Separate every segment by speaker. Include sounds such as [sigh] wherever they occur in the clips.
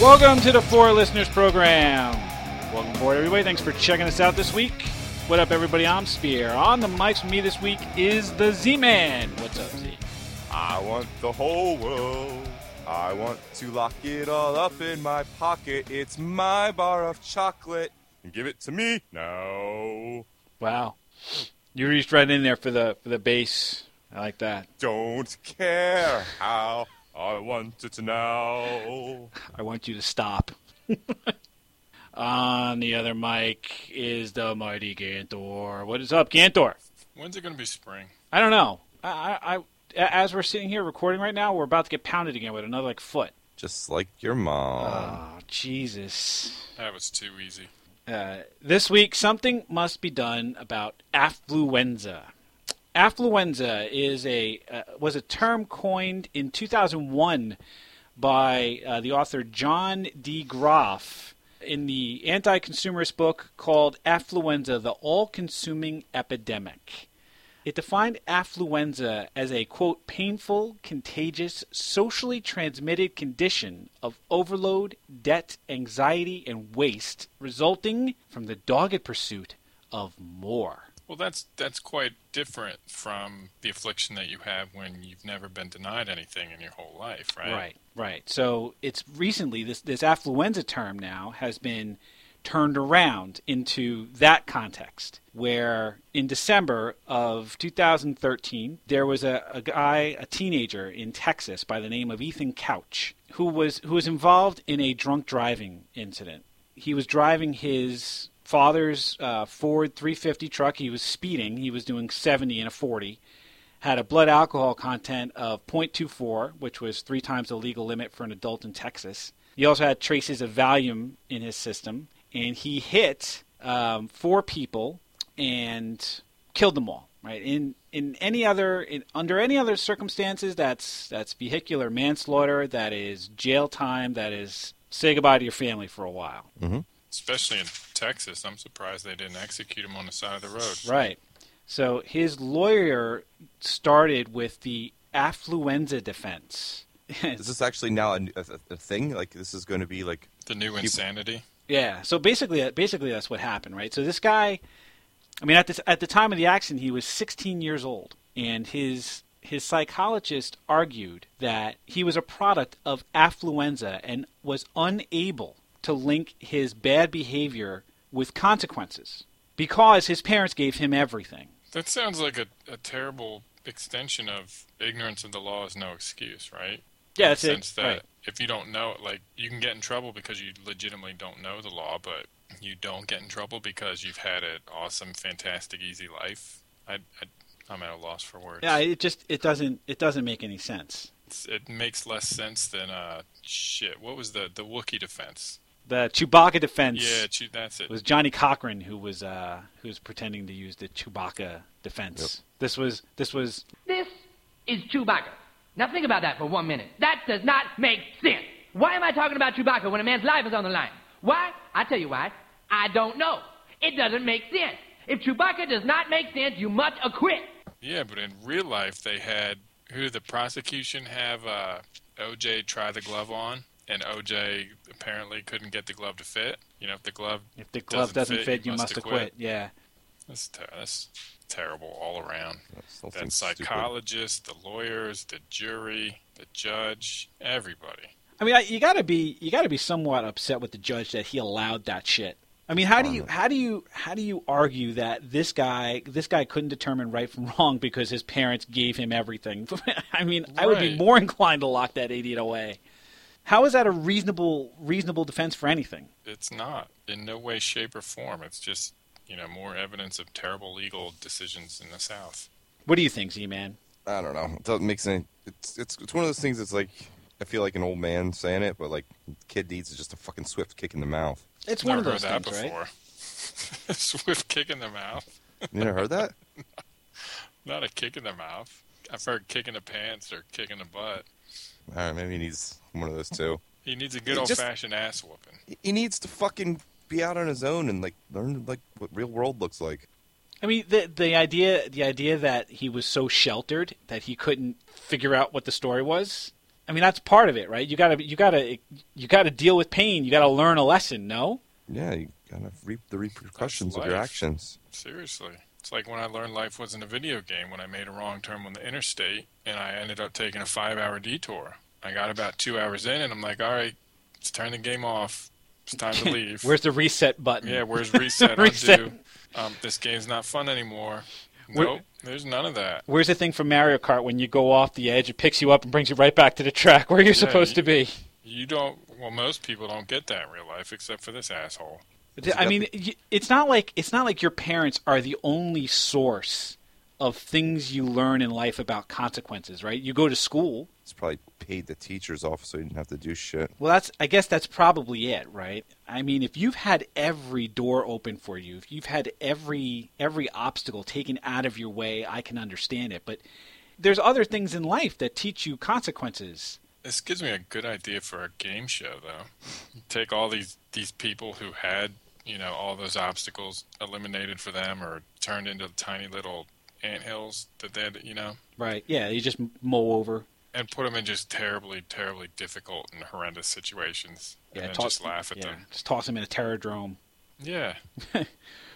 Speaker 1: Welcome to the Four Listeners Program. Welcome forward, everybody. Thanks for checking us out this week. What up, everybody? I'm Spear. On the mics with me this week is the Z Man. What's up, Z?
Speaker 2: I want the whole world. I want to lock it all up in my pocket. It's my bar of chocolate. Give it to me now.
Speaker 1: Wow, you reached right in there for the for the bass. I like that.
Speaker 2: Don't care how. I want it now.
Speaker 1: I want you to stop. [laughs] On the other mic is the mighty Gantor. What is up, Gantor?
Speaker 3: When's it going to be spring?
Speaker 1: I don't know. I, I, I as we're sitting here recording right now, we're about to get pounded again with another like foot.
Speaker 2: Just like your mom.
Speaker 1: Oh, Jesus.
Speaker 3: Uh, That was too easy.
Speaker 1: Uh, this week, something must be done about affluenza. Affluenza is a uh, was a term coined in 2001 by uh, the author John D. Groff in the anti-consumerist book called Affluenza: The All-Consuming Epidemic. It defined affluenza as a quote painful, contagious, socially transmitted condition of overload, debt, anxiety, and waste resulting from the dogged pursuit of more.
Speaker 3: Well, that's that's quite different from the affliction that you have when you've never been denied anything in your whole life, right?
Speaker 1: Right, right. So it's recently this this affluenza term now has been turned around into that context where in December of 2013 there was a, a guy a teenager in Texas by the name of Ethan Couch who was who was involved in a drunk driving incident he was driving his father's uh, Ford 350 truck he was speeding he was doing 70 in a 40 had a blood alcohol content of 0.24, which was three times the legal limit for an adult in Texas. He also had traces of Valium in his system, and he hit um, four people and killed them all. Right in in any other in, under any other circumstances, that's that's vehicular manslaughter, that is jail time, that is say goodbye to your family for a while.
Speaker 3: Especially in Texas. I'm surprised they didn't execute him on the side of the road.
Speaker 1: Right. So his lawyer started with the affluenza defense. [laughs]
Speaker 2: Is this actually now a, a, a thing? Like, this is going to be like.
Speaker 3: The new insanity.
Speaker 1: yeah. So basically, uh, basically that's what happened, right? So this guy, I mean, at this at the time of the accident, he was 16 years old, and his his psychologist argued that he was a product of affluenza and was unable to link his bad behavior with consequences because his parents gave him everything.
Speaker 3: That sounds like a, a terrible extension of ignorance of the law is no excuse, right?
Speaker 1: Yeah,
Speaker 3: In
Speaker 1: that's
Speaker 3: the
Speaker 1: it.
Speaker 3: sense that
Speaker 1: Right.
Speaker 3: if you don't know, like, you can get in trouble because you legitimately don't know the law, but you don't get in trouble because you've had an awesome, fantastic, easy life. I, I, I'm at a loss for words.
Speaker 1: Yeah, it just it doesn't it doesn't make any sense.
Speaker 3: It's, it makes less sense than uh, shit. What was the the Wookiee defense?
Speaker 1: The Chewbacca defense.
Speaker 3: Yeah, che- that's it.
Speaker 1: It was Johnny Cochran who was uh, who was pretending to use the Chewbacca defense. This was this was
Speaker 4: This is Chewbacca. Now think about that for one minute. That does not make sense. Why am I talking about Chewbacca when a man's life is on the line? Why? I tell you why. I don't know. It doesn't make sense. If Chewbacca does not make sense, you must acquit.
Speaker 3: Yeah, but in real life, they had who did the prosecution have uh, OJ try the glove on, and OJ apparently couldn't get the glove to fit. You know, if the glove
Speaker 1: if the glove doesn't, fit, you must acquit. Yeah,
Speaker 3: That's, ter- that's terrible all around.
Speaker 2: Something
Speaker 3: That
Speaker 2: stupid.
Speaker 3: psychologist, the lawyers, the jury, the judge, everybody.
Speaker 1: I mean I, you gotta be you gotta be somewhat upset with the judge that he allowed that shit. I mean, how do you how do you how do you argue that this guy this guy couldn't determine right from wrong because his parents gave him everything? [laughs] I mean, I would be
Speaker 3: Right.
Speaker 1: more inclined to lock that idiot away. How is that a reasonable reasonable defense for anything?
Speaker 3: It's not in no way, shape, or form. It's just you know more evidence of terrible legal decisions in the South.
Speaker 1: What do you think, Z man?
Speaker 2: I don't know. It doesn't make sense. It's it's it's one of those things that's like I feel like an old man saying it, but like kid needs is just a fucking swift kick in the mouth.
Speaker 1: It's one of
Speaker 3: Never
Speaker 1: those
Speaker 3: heard that
Speaker 1: things, right?
Speaker 3: before. [laughs] Swift kick in the mouth.
Speaker 2: You never heard that?
Speaker 3: Not a kick in the mouth. I've heard kick in the pants or kick in the butt.
Speaker 2: All right, maybe he needs one of those two.
Speaker 3: He needs a good
Speaker 2: It
Speaker 3: old
Speaker 2: just-
Speaker 3: fashioned ass whooping.
Speaker 2: He needs to fucking be out on his own and like learn like what real world looks like.
Speaker 1: I mean, the the idea the idea that he was so sheltered that he couldn't figure out what the story was. I mean, that's part of it, right? You gotta, you gotta, you gotta deal with pain. You gotta learn a lesson. No,
Speaker 2: Yeah, you kind of reap the repercussions of your
Speaker 3: life.
Speaker 2: actions.
Speaker 3: Seriously. It's like when I learned life wasn't a video game when I made a wrong turn on the interstate and I ended up taking a five hour detour. I got about two hours in and I'm like, all right, let's turn the game off. It's
Speaker 1: [laughs]
Speaker 3: time to leave.
Speaker 1: where's the reset button? [laughs]
Speaker 3: yeah, where's reset?
Speaker 1: Mm. Reset.
Speaker 3: Undo. Um, this game's not fun anymore.
Speaker 1: Where-
Speaker 3: nope, there's none of that.
Speaker 1: Where's the thing from Mario Kart when you go off the edge, it picks you up and brings you right back to the track where you're supposed to be?
Speaker 3: You don't, well, most people don't get that in real life except for this asshole.
Speaker 2: It's
Speaker 1: I
Speaker 2: got
Speaker 1: mean, y it's not like it's not like your parents are the only source of things you learn in life about consequences, right? You go to school.
Speaker 2: It's probably paid the teachers off so you didn't have to do shit.
Speaker 1: Well, that's I guess that's probably it, right? I mean, if you've had every door open for you, if you've had every every obstacle taken out of your way, I can understand it, but there's other things in life that teach you consequences.
Speaker 3: This gives me a good idea for a game show, though. Take all these these people who had you know all those obstacles eliminated for them, or turned into tiny little anthills that they had, you know,
Speaker 1: Right. Yeah, you just mull over.
Speaker 3: and put them in just terribly, terribly difficult and horrendous situations,
Speaker 1: Yeah,
Speaker 3: and then
Speaker 1: toss-
Speaker 3: just laugh at
Speaker 1: yeah,
Speaker 3: them.
Speaker 1: Just toss them in a terradrome.
Speaker 3: Yeah,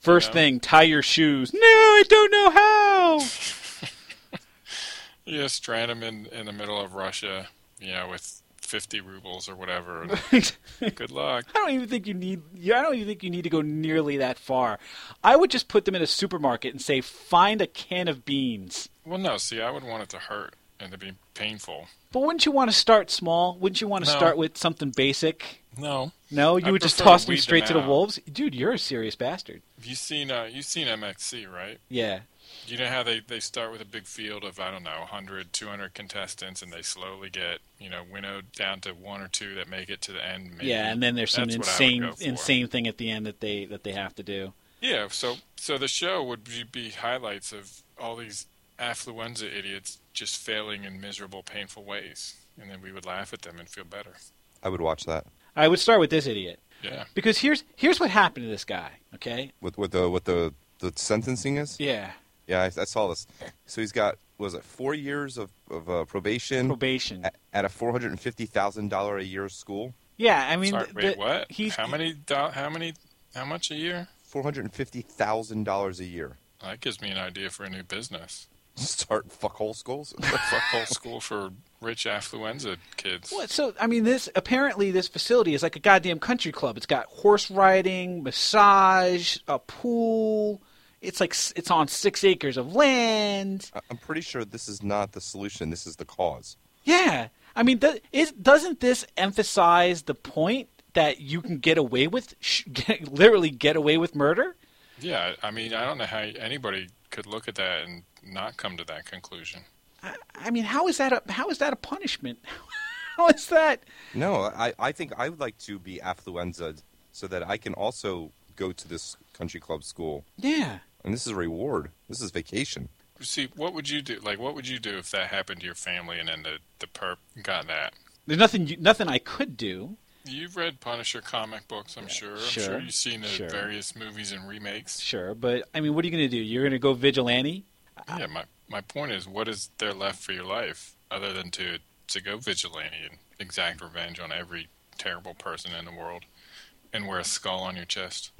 Speaker 1: First
Speaker 3: Yeah.
Speaker 1: thing, tie your shoes. No, I don't know how. [laughs]
Speaker 3: you just strand them in in the middle of Russia, you know, with fifty rubles or whatever. and
Speaker 1: [laughs] I
Speaker 3: good luck.
Speaker 1: don't even think you need. yeah, I don't even think you need to go nearly that far. I would just put them in a supermarket and say, find a can of beans.
Speaker 3: Well, no, see, I would want it to hurt and to be painful.
Speaker 1: But wouldn't you want to start small? Wouldn't you want to
Speaker 3: No.
Speaker 1: start with something basic?
Speaker 3: No,
Speaker 1: No, you
Speaker 3: I
Speaker 1: would just
Speaker 3: prefer to
Speaker 1: toss them
Speaker 3: weed
Speaker 1: straight to
Speaker 3: them
Speaker 1: the
Speaker 3: out.
Speaker 1: wolves, dude. You're a serious bastard.
Speaker 3: have you seen uh, you seen MXC, right?
Speaker 1: Yeah,
Speaker 3: You know how they, they start with a big field of, I don't know, 100, 200 contestants, and they slowly get, you know, winnowed down to one or two that make it to the end. Maybe.
Speaker 1: yeah. And then there's some
Speaker 3: That's what I would
Speaker 1: insane,
Speaker 3: go for.
Speaker 1: insane thing at the end that they that they have to do.
Speaker 3: Yeah, so, so the show would be, be highlights of all these affluenza idiots just failing in miserable, painful ways. And then we would laugh at them and feel better.
Speaker 2: I would watch that
Speaker 1: I would start with this idiot
Speaker 3: Yeah.
Speaker 1: because here's here's what happened to this guy. Okay.
Speaker 2: with with the what the the sentencing is.
Speaker 1: Yeah.
Speaker 2: Yeah, I, I saw this. So he's got what was it four years of of uh, probation
Speaker 1: Probation.
Speaker 2: at, at a four hundred and fifty thousand dollar a year school.
Speaker 1: Yeah, I mean,
Speaker 3: Sorry,
Speaker 1: th-
Speaker 3: wait,
Speaker 1: the-
Speaker 3: what?
Speaker 1: He's
Speaker 3: how many? Do- how many? How much a year?
Speaker 2: Four hundred and fifty thousand dollars a year. [laughs]
Speaker 3: That gives me an idea for a new business.
Speaker 2: Start fuckhole schools.
Speaker 3: Fuck whole school for rich affluenza kids.
Speaker 1: What? So I mean, this apparently this facility is like a goddamn country club. It's got horse riding, massage, a pool. It's like s- it's on six acres of land.
Speaker 2: I- I'm pretty sure this is not the solution. This is the cause.
Speaker 1: Yeah, I mean, th- is, doesn't this emphasize the point that you can get away with, sh- [laughs] get, literally get away with murder?
Speaker 3: Yeah, I mean, I don't know how anybody could look at that and not come to that conclusion.
Speaker 1: I, I mean, how is that a how is that a punishment? [laughs] how is that?
Speaker 2: No, I, I think I would like to be affluenza so that I can also go to this country club school.
Speaker 1: Yeah.
Speaker 2: And this is a reward. This is vacation.
Speaker 3: See, what would you do? Like, what would you do if that happened to your family and then the, the perp got that?
Speaker 1: There's nothing you, nothing I could do.
Speaker 3: You've read Punisher comic books, I'm sure. I'm sure,
Speaker 1: sure,
Speaker 3: you've seen the
Speaker 1: sure.
Speaker 3: various movies and remakes.
Speaker 1: Sure, but I mean, what are you going to do? You're going to go vigilante?
Speaker 3: Yeah, my, my point is, what is there left for your life other than to, to go vigilante and exact revenge on every terrible person in the world and wear a skull on
Speaker 2: [laughs]
Speaker 3: your chest?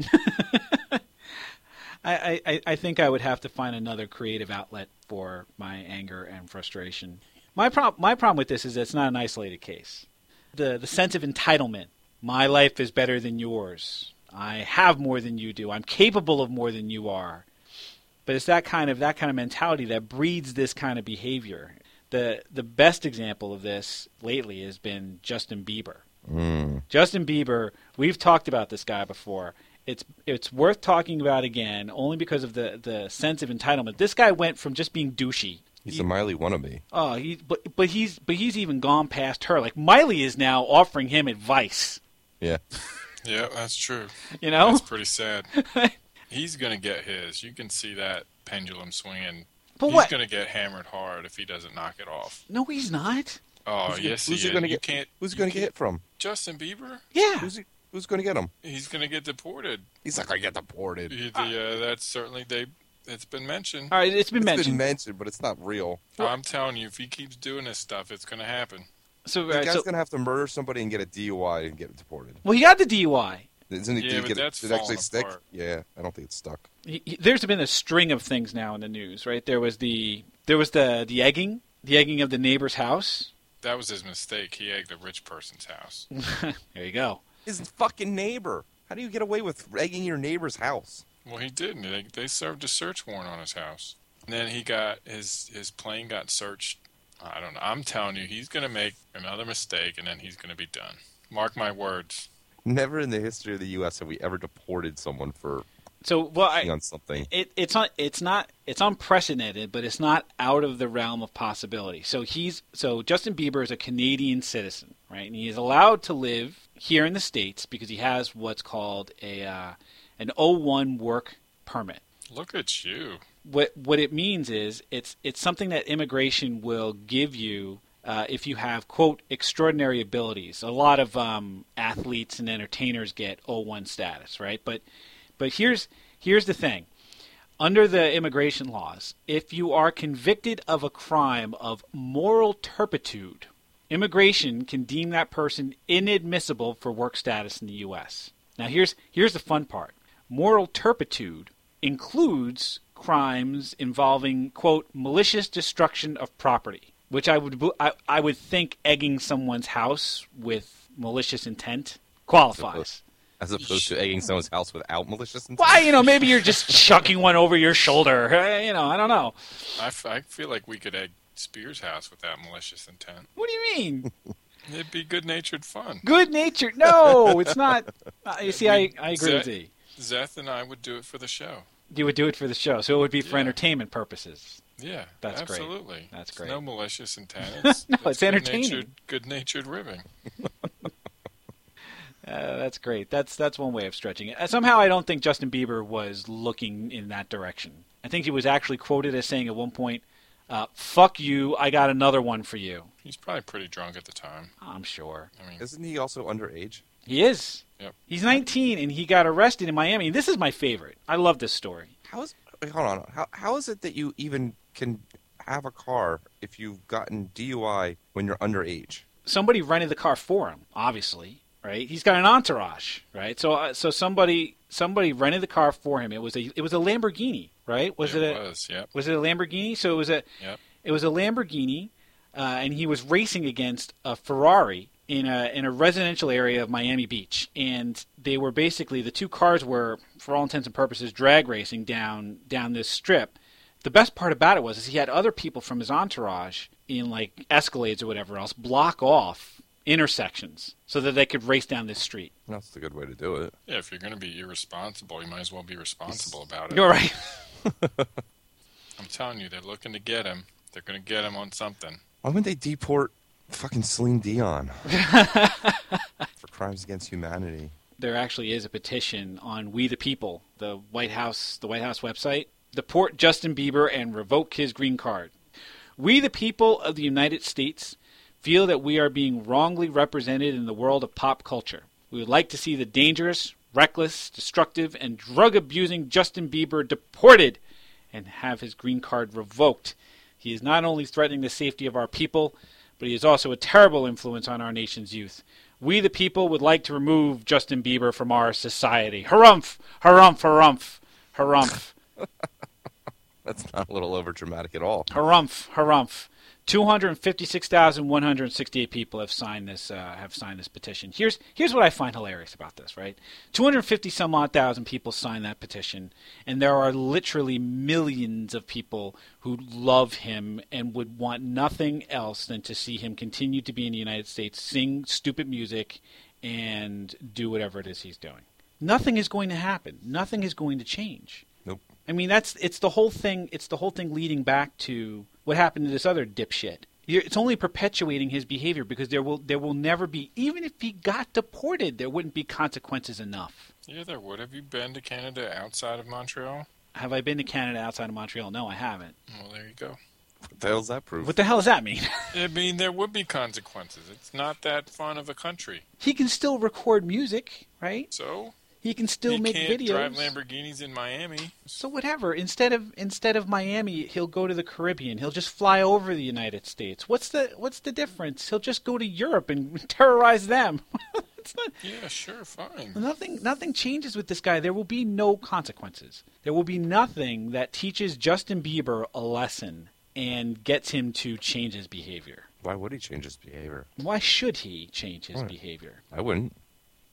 Speaker 1: I, I, I- I think I would have to find another creative outlet for my anger and frustration. My prob- my problem with this is it's not an isolated case. The the sense of entitlement. My life is better than yours. I have more than you do. I'm capable of more than you are. But it's that kind of that kind of mentality that breeds this kind of behavior. The the best example of this lately has been Justin Bieber. Justin Bieber, we've talked about this guy before. It's it's worth talking about again, only because of the, the sense of entitlement. This guy went from just being douchey.
Speaker 2: He's a Miley wannabe.
Speaker 1: Oh, he but but he's but he's even gone past her. Like Miley is now offering him advice.
Speaker 2: Yeah.
Speaker 3: yeah, that's true.
Speaker 1: You know,
Speaker 3: That's
Speaker 2: [laughs]
Speaker 3: pretty sad. He's going to get his. You can see that pendulum swinging.
Speaker 1: but
Speaker 3: He's
Speaker 1: what?
Speaker 3: going to get hammered hard if he doesn't knock it off.
Speaker 1: No, he's not.
Speaker 3: Oh,
Speaker 2: Who's-
Speaker 3: yes,
Speaker 2: who's
Speaker 3: he
Speaker 2: he
Speaker 3: is.
Speaker 2: gonna
Speaker 3: You
Speaker 2: get-
Speaker 3: can't.
Speaker 2: Who's
Speaker 3: you
Speaker 2: going to
Speaker 3: can't-
Speaker 2: get it from?
Speaker 3: Justin Bieber?
Speaker 1: Yeah,
Speaker 2: Who's he, who's going to get him?
Speaker 3: He's going to get deported.
Speaker 2: He's not going to get deported.
Speaker 3: The, uh, that's certainly they. It's been mentioned.
Speaker 1: all right. It's been
Speaker 2: It's
Speaker 1: mentioned.
Speaker 2: been mentioned, but it's not real.
Speaker 3: I'm telling you, if he keeps doing this stuff, it's going to happen.
Speaker 1: So,
Speaker 2: The
Speaker 1: all right,
Speaker 2: guy's
Speaker 1: so-
Speaker 2: gonna have to murder somebody and get a DUI and get deported.
Speaker 1: well, he got the DUI.
Speaker 2: Isn't it?
Speaker 3: Yeah,
Speaker 2: did he
Speaker 3: but
Speaker 2: get it-
Speaker 3: that's
Speaker 2: did it actually
Speaker 3: falling
Speaker 2: stick?
Speaker 3: apart.
Speaker 2: Yeah, I don't think it stuck.
Speaker 1: He- he- there's been a string of things now in the news, right? There was the there was the the egging, the egging of the neighbor's house.
Speaker 3: That was his mistake. He egged a rich person's house.
Speaker 1: There you go.
Speaker 2: His fucking neighbor. How do you get away with egging your neighbor's house?
Speaker 3: Well, he didn't. They, they served a search warrant on his house. And then he got his his plane got searched. I don't know. I'm telling you, he's going to make another mistake, and then he's going to be done. Mark my words.
Speaker 2: Never in the history of the U.S. have we ever deported someone for
Speaker 1: So, well, I,
Speaker 2: being on something.
Speaker 1: it, it's un, it's not it's unprecedented, but it's not out of the realm of possibility. So he's so Justin Bieber is a Canadian citizen, right? And he is allowed to live here in the states because he has what's called a uh, an O1 work permit.
Speaker 3: Look at you.
Speaker 1: What what it means is it's it's something that immigration will give you. Uh, if you have quote extraordinary abilities, a lot of um, athletes and entertainers get O1 status, right? But but here's here's the thing: under the immigration laws, if you are convicted of a crime of moral turpitude, immigration can deem that person inadmissible for work status in the U.S. Now, here's, here's the fun part moral turpitude includes crimes involving, quote, malicious destruction of property, which I would, bu- I, I would think egging someone's house with malicious intent qualifies.
Speaker 2: As opposed to egging someone's house without malicious intent.
Speaker 1: Why, you know, maybe you're just [laughs] chucking one over your shoulder. eh, You know, I don't know.
Speaker 3: I, f- I feel like we could egg Spears' house without malicious intent.
Speaker 1: What do you mean?
Speaker 3: It'd be good natured fun.
Speaker 1: Good natured? No, it's not. Uh, you see, I, I agree with you.
Speaker 3: Zeth and I would do it for the show.
Speaker 1: You would do it for the show, so it would be for
Speaker 3: Yeah.
Speaker 1: entertainment purposes.
Speaker 3: Yeah,
Speaker 1: That's great.
Speaker 3: absolutely.
Speaker 1: That's
Speaker 3: It's
Speaker 1: great.
Speaker 3: No
Speaker 1: [laughs]
Speaker 3: malicious intent. It's,
Speaker 1: No, it's entertaining.
Speaker 3: Good natured ribbing.
Speaker 1: Uh, that's great. That's that's one way of stretching it. Uh, Somehow, I don't think Justin Bieber was looking in that direction. I think he was actually quoted as saying at one point, uh, "Fuck you, I got another one for you."
Speaker 3: He's probably pretty drunk at the time.
Speaker 1: I'm sure
Speaker 3: I mean,
Speaker 2: Isn't he also underage?
Speaker 1: he is.
Speaker 3: Yep.
Speaker 1: He's 19 and he got arrested in Miami. This is my favorite. I love this story.
Speaker 2: How is? wait, Hold on. How how is it that you even can have a car if you've gotten DUI when you're underage?
Speaker 1: somebody rented the car for him, obviously, right? He's got an entourage, right? So uh, so somebody somebody rented the car for him. It was a it was a Lamborghini, right? Was it, a
Speaker 3: was, yep.
Speaker 1: was it a Lamborghini? So it was a
Speaker 3: Yep.
Speaker 1: it was a Lamborghini, uh, and he was racing against a Ferrari in a in a residential area of Miami Beach, and they were basically the two cars were, for all intents and purposes, drag racing down down this strip. The best part about it was is he had other people from his entourage in like Escalades or whatever else block off intersections so that they could race down this street.
Speaker 2: That's a good way to do it.
Speaker 3: Yeah, if you're going to be irresponsible, you might as well be responsible about it.
Speaker 1: You're right.
Speaker 3: I'm telling you, they're looking to get him. They're going to get him on something.
Speaker 2: Why wouldn't they deport fucking Celine [laughs] Dion for crimes against humanity?
Speaker 1: there actually is a petition on We the People, the White House, the White House website, deport Justin Bieber and revoke his green card. We the people of the United States feel that we are being wrongly represented in the world of pop culture. We would like to see the dangerous, reckless, destructive, and drug abusing Justin Bieber deported and have his green card revoked. He is not only threatening the safety of our people, but he is also a terrible influence on our nation's youth. We the people would like to remove Justin Bieber from our society. Harumph! Harumph! Harumph! Harumph!
Speaker 2: That's not a little over dramatic at all.
Speaker 1: Harumph! Harumph! Two hundred fifty-six thousand one hundred sixty-eight people have signed this. Uh, have signed this petition. Here's here's what I find hilarious about this. Right, two hundred fifty some odd thousand people signed that petition, and there are literally millions of people who love him and would want nothing else than to see him continue to be in the United States, sing stupid music, and do whatever it is he's doing. Nothing is going to happen. Nothing is going to change.
Speaker 2: Nope.
Speaker 1: I mean, that's it's the whole thing. It's the whole thing leading back to what happened to this other dipshit. You're- It's only perpetuating his behavior because there will there will never be even if he got deported, there wouldn't be consequences enough.
Speaker 3: Yeah, there would. Have you been to Canada outside of Montreal?
Speaker 1: Have I been to Canada outside of Montreal? No, I haven't.
Speaker 3: Well, there you go.
Speaker 2: What the hell's that proof?
Speaker 1: What the hell does that mean? [laughs]
Speaker 3: I mean, there would be consequences. It's not that fun of a country.
Speaker 1: he can still record music, right?
Speaker 3: So,
Speaker 1: He can still
Speaker 3: he
Speaker 1: make
Speaker 3: can't
Speaker 1: videos.
Speaker 3: drive Lamborghinis in Miami.
Speaker 1: So whatever. Instead of instead of Miami, he'll go to the Caribbean. He'll just fly over the United States. What's the what's the difference? He'll just go to Europe and [laughs] terrorize them. it's not
Speaker 3: Yeah, sure, fine.
Speaker 1: nothing nothing changes with this guy. There will be no consequences. There will be nothing that teaches Justin Bieber a lesson and gets him to change his behavior.
Speaker 2: Why would he change his behavior?
Speaker 1: Why should he change his
Speaker 2: Right.
Speaker 1: behavior?
Speaker 2: I wouldn't.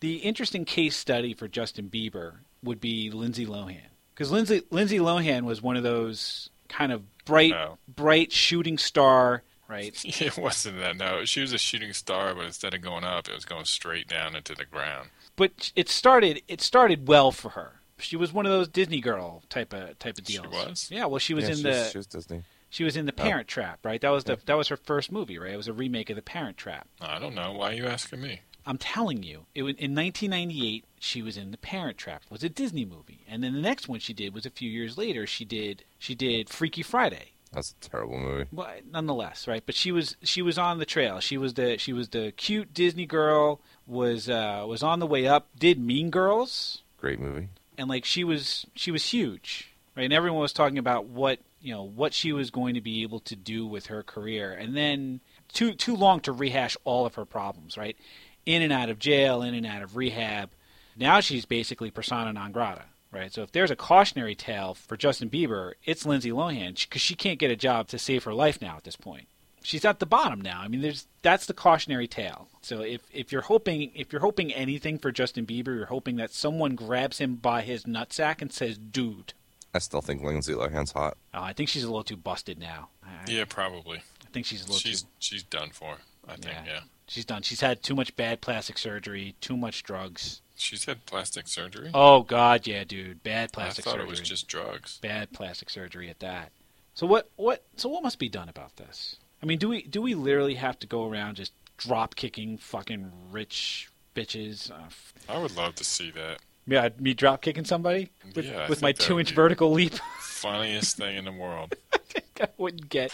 Speaker 1: The interesting case study for Justin Bieber would be Lindsay Lohan. Because Lindsay, Lindsay Lohan was one of those kind of bright,
Speaker 3: Oh.
Speaker 1: bright shooting star,
Speaker 2: [laughs]
Speaker 1: right?
Speaker 3: [laughs] It wasn't that. No, she was a shooting star, but instead of going up, it was going straight down into the ground.
Speaker 1: But it started, it started well for her. She was one of those Disney girl type of type of
Speaker 3: She
Speaker 1: deals.
Speaker 3: was?
Speaker 1: Yeah, well, she was
Speaker 2: yeah,
Speaker 1: in
Speaker 2: she
Speaker 1: the
Speaker 2: was, she was Disney.
Speaker 1: She was in The Parent Trap, right? That was the that was her first movie, right? It was a remake of The Parent Trap.
Speaker 3: I don't know. Why are you asking me?
Speaker 1: I'm telling you, it was, in 1998 she was in The Parent Trap. It was a Disney movie, and then the next one she did was a few years later. She did she did Freaky Friday.
Speaker 2: That's a terrible movie.
Speaker 1: Well, nonetheless, right? But she was she was on the trail. She was the she was the cute Disney girl. Was uh, was on the way up. Did Mean Girls,
Speaker 2: Great movie.
Speaker 1: and like she was she was huge right and everyone was talking about what you know what she was going to be able to do with her career and then too too long to rehash all of her problems right in and out of jail in and out of rehab now she's basically persona non grata right so if there's a cautionary tale for Justin Bieber it's Lindsay Lohan because she can't get a job to save her life now at this point she's at the bottom now i mean there's that's the cautionary tale so if if you're hoping if you're hoping anything for Justin Bieber you're hoping that someone grabs him by his nutsack and says dude
Speaker 2: I still think Lindsay Lohan's hot.
Speaker 1: Oh, I think she's a little too busted now. I,
Speaker 3: Yeah, probably.
Speaker 1: I think she's a little
Speaker 3: She's
Speaker 1: too.
Speaker 3: she's done for. I think.
Speaker 1: Yeah.
Speaker 3: Yeah.
Speaker 1: She's done. She's had too much bad plastic surgery, too much drugs.
Speaker 3: She's had plastic surgery.
Speaker 1: Oh God, yeah, dude, bad plastic
Speaker 3: I thought
Speaker 1: surgery.
Speaker 3: it was just drugs.
Speaker 1: bad plastic surgery at that. So what? What? So what must be done about this? I mean, do we do we literally have to go around just drop kicking fucking rich bitches uh, f-
Speaker 3: I would love to see that.
Speaker 1: Yeah, me drop kicking somebody with,
Speaker 3: Yeah, I
Speaker 1: with
Speaker 3: think
Speaker 1: my
Speaker 3: that
Speaker 1: two
Speaker 3: would
Speaker 1: inch
Speaker 3: be-
Speaker 1: vertical leap. [laughs]
Speaker 3: Funniest thing in the world.
Speaker 1: I wouldn't get.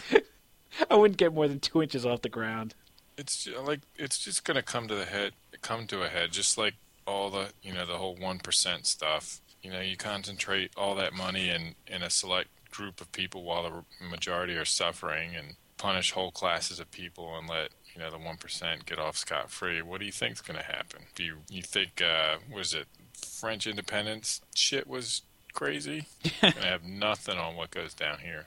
Speaker 1: I wouldn't get more than two inches off the ground.
Speaker 3: It's ju- like it's just gonna come to the head, come to a head, just like all the you know the whole one percent stuff. You know, you concentrate all that money in in a select group of people while the majority are suffering, and punish whole classes of people, and let you know the one percent get off scot free. What do you think's gonna happen? Do you you think uh, was it French independence shit was crazy? gonna have nothing on what goes down here.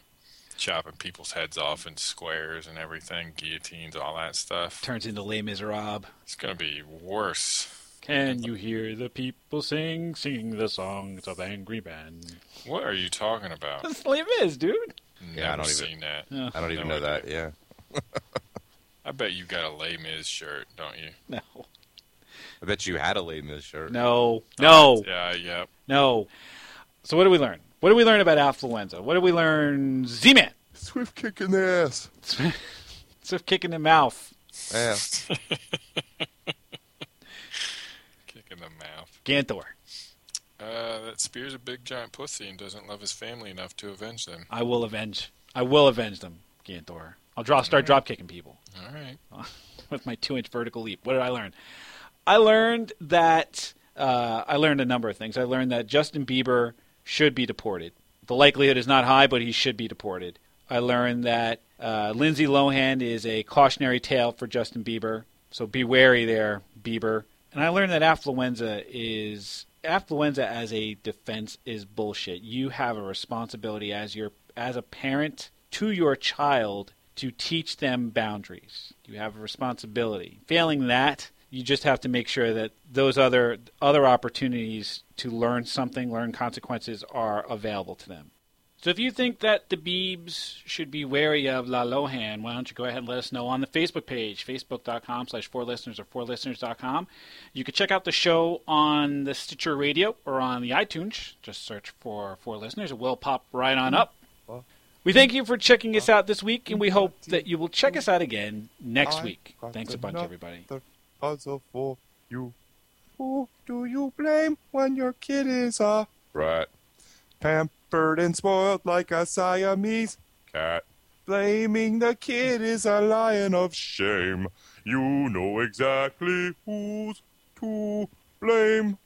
Speaker 3: Chopping people's heads off in squares and everything, guillotines, all that stuff.
Speaker 1: Turns into Les Miserables.
Speaker 3: It's gonna be worse.
Speaker 1: Can you hear the people sing, singing the songs of angry [laughs] men?
Speaker 3: What are you talking
Speaker 1: [laughs]
Speaker 3: about?
Speaker 1: That's Les Mis, dude.
Speaker 3: Never
Speaker 2: Yeah, I don't even-
Speaker 3: seen that.
Speaker 1: Yeah. [laughs]
Speaker 2: I don't even
Speaker 3: No
Speaker 2: know that. Yeah.
Speaker 3: I bet you got a Les Mis shirt, don't you?
Speaker 1: No,
Speaker 2: I bet you had a Les Mis shirt.
Speaker 1: no, no,
Speaker 3: Yeah, yeah.
Speaker 1: no. So what do we learn? What do we learn about affluenza? What do we learn? Z-Man.
Speaker 2: Swift kick in the ass.
Speaker 1: Swift kick in the mouth.
Speaker 2: Yeah.
Speaker 3: Kick in the mouth.
Speaker 1: Ganthor.
Speaker 3: Uh, that Spear's a big giant pussy and doesn't love his family enough to avenge them.
Speaker 1: I will avenge. I will avenge them, Ganthor. I'll drop, start drop kicking people.
Speaker 3: All right.
Speaker 1: with my two inch vertical leap. What did I learn? I learned that uh, I learned a number of things. I learned that Justin Bieber should be deported. The likelihood is not high, but he should be deported. I learned that uh, Lindsay Lohan is a cautionary tale for Justin Bieber, so be wary there, Bieber. And I learned that affluenza is affluenza as a defense is bullshit. You have a responsibility as your as a parent to your child to teach them boundaries. You have a responsibility. Failing that, you just have to make sure that those other other opportunities to learn something, learn consequences are available to them. So if you think that the Beebs should be wary of La Lohan, why don't you go ahead and let us know on the Facebook page, facebook.com slash four listeners or four listeners.com. You can check out the show on the Stitcher Radio or on the iTunes. Just search for four listeners. It will pop right on up. We thank you for checking us out this week, and we hope that you will check us out again next week. Thanks a bunch, everybody.
Speaker 2: The puzzle for you. Who do you blame when your kid is a right? Pampered and spoiled like a Siamese cat. Blaming the kid is a lion of shame. You know exactly who's to blame.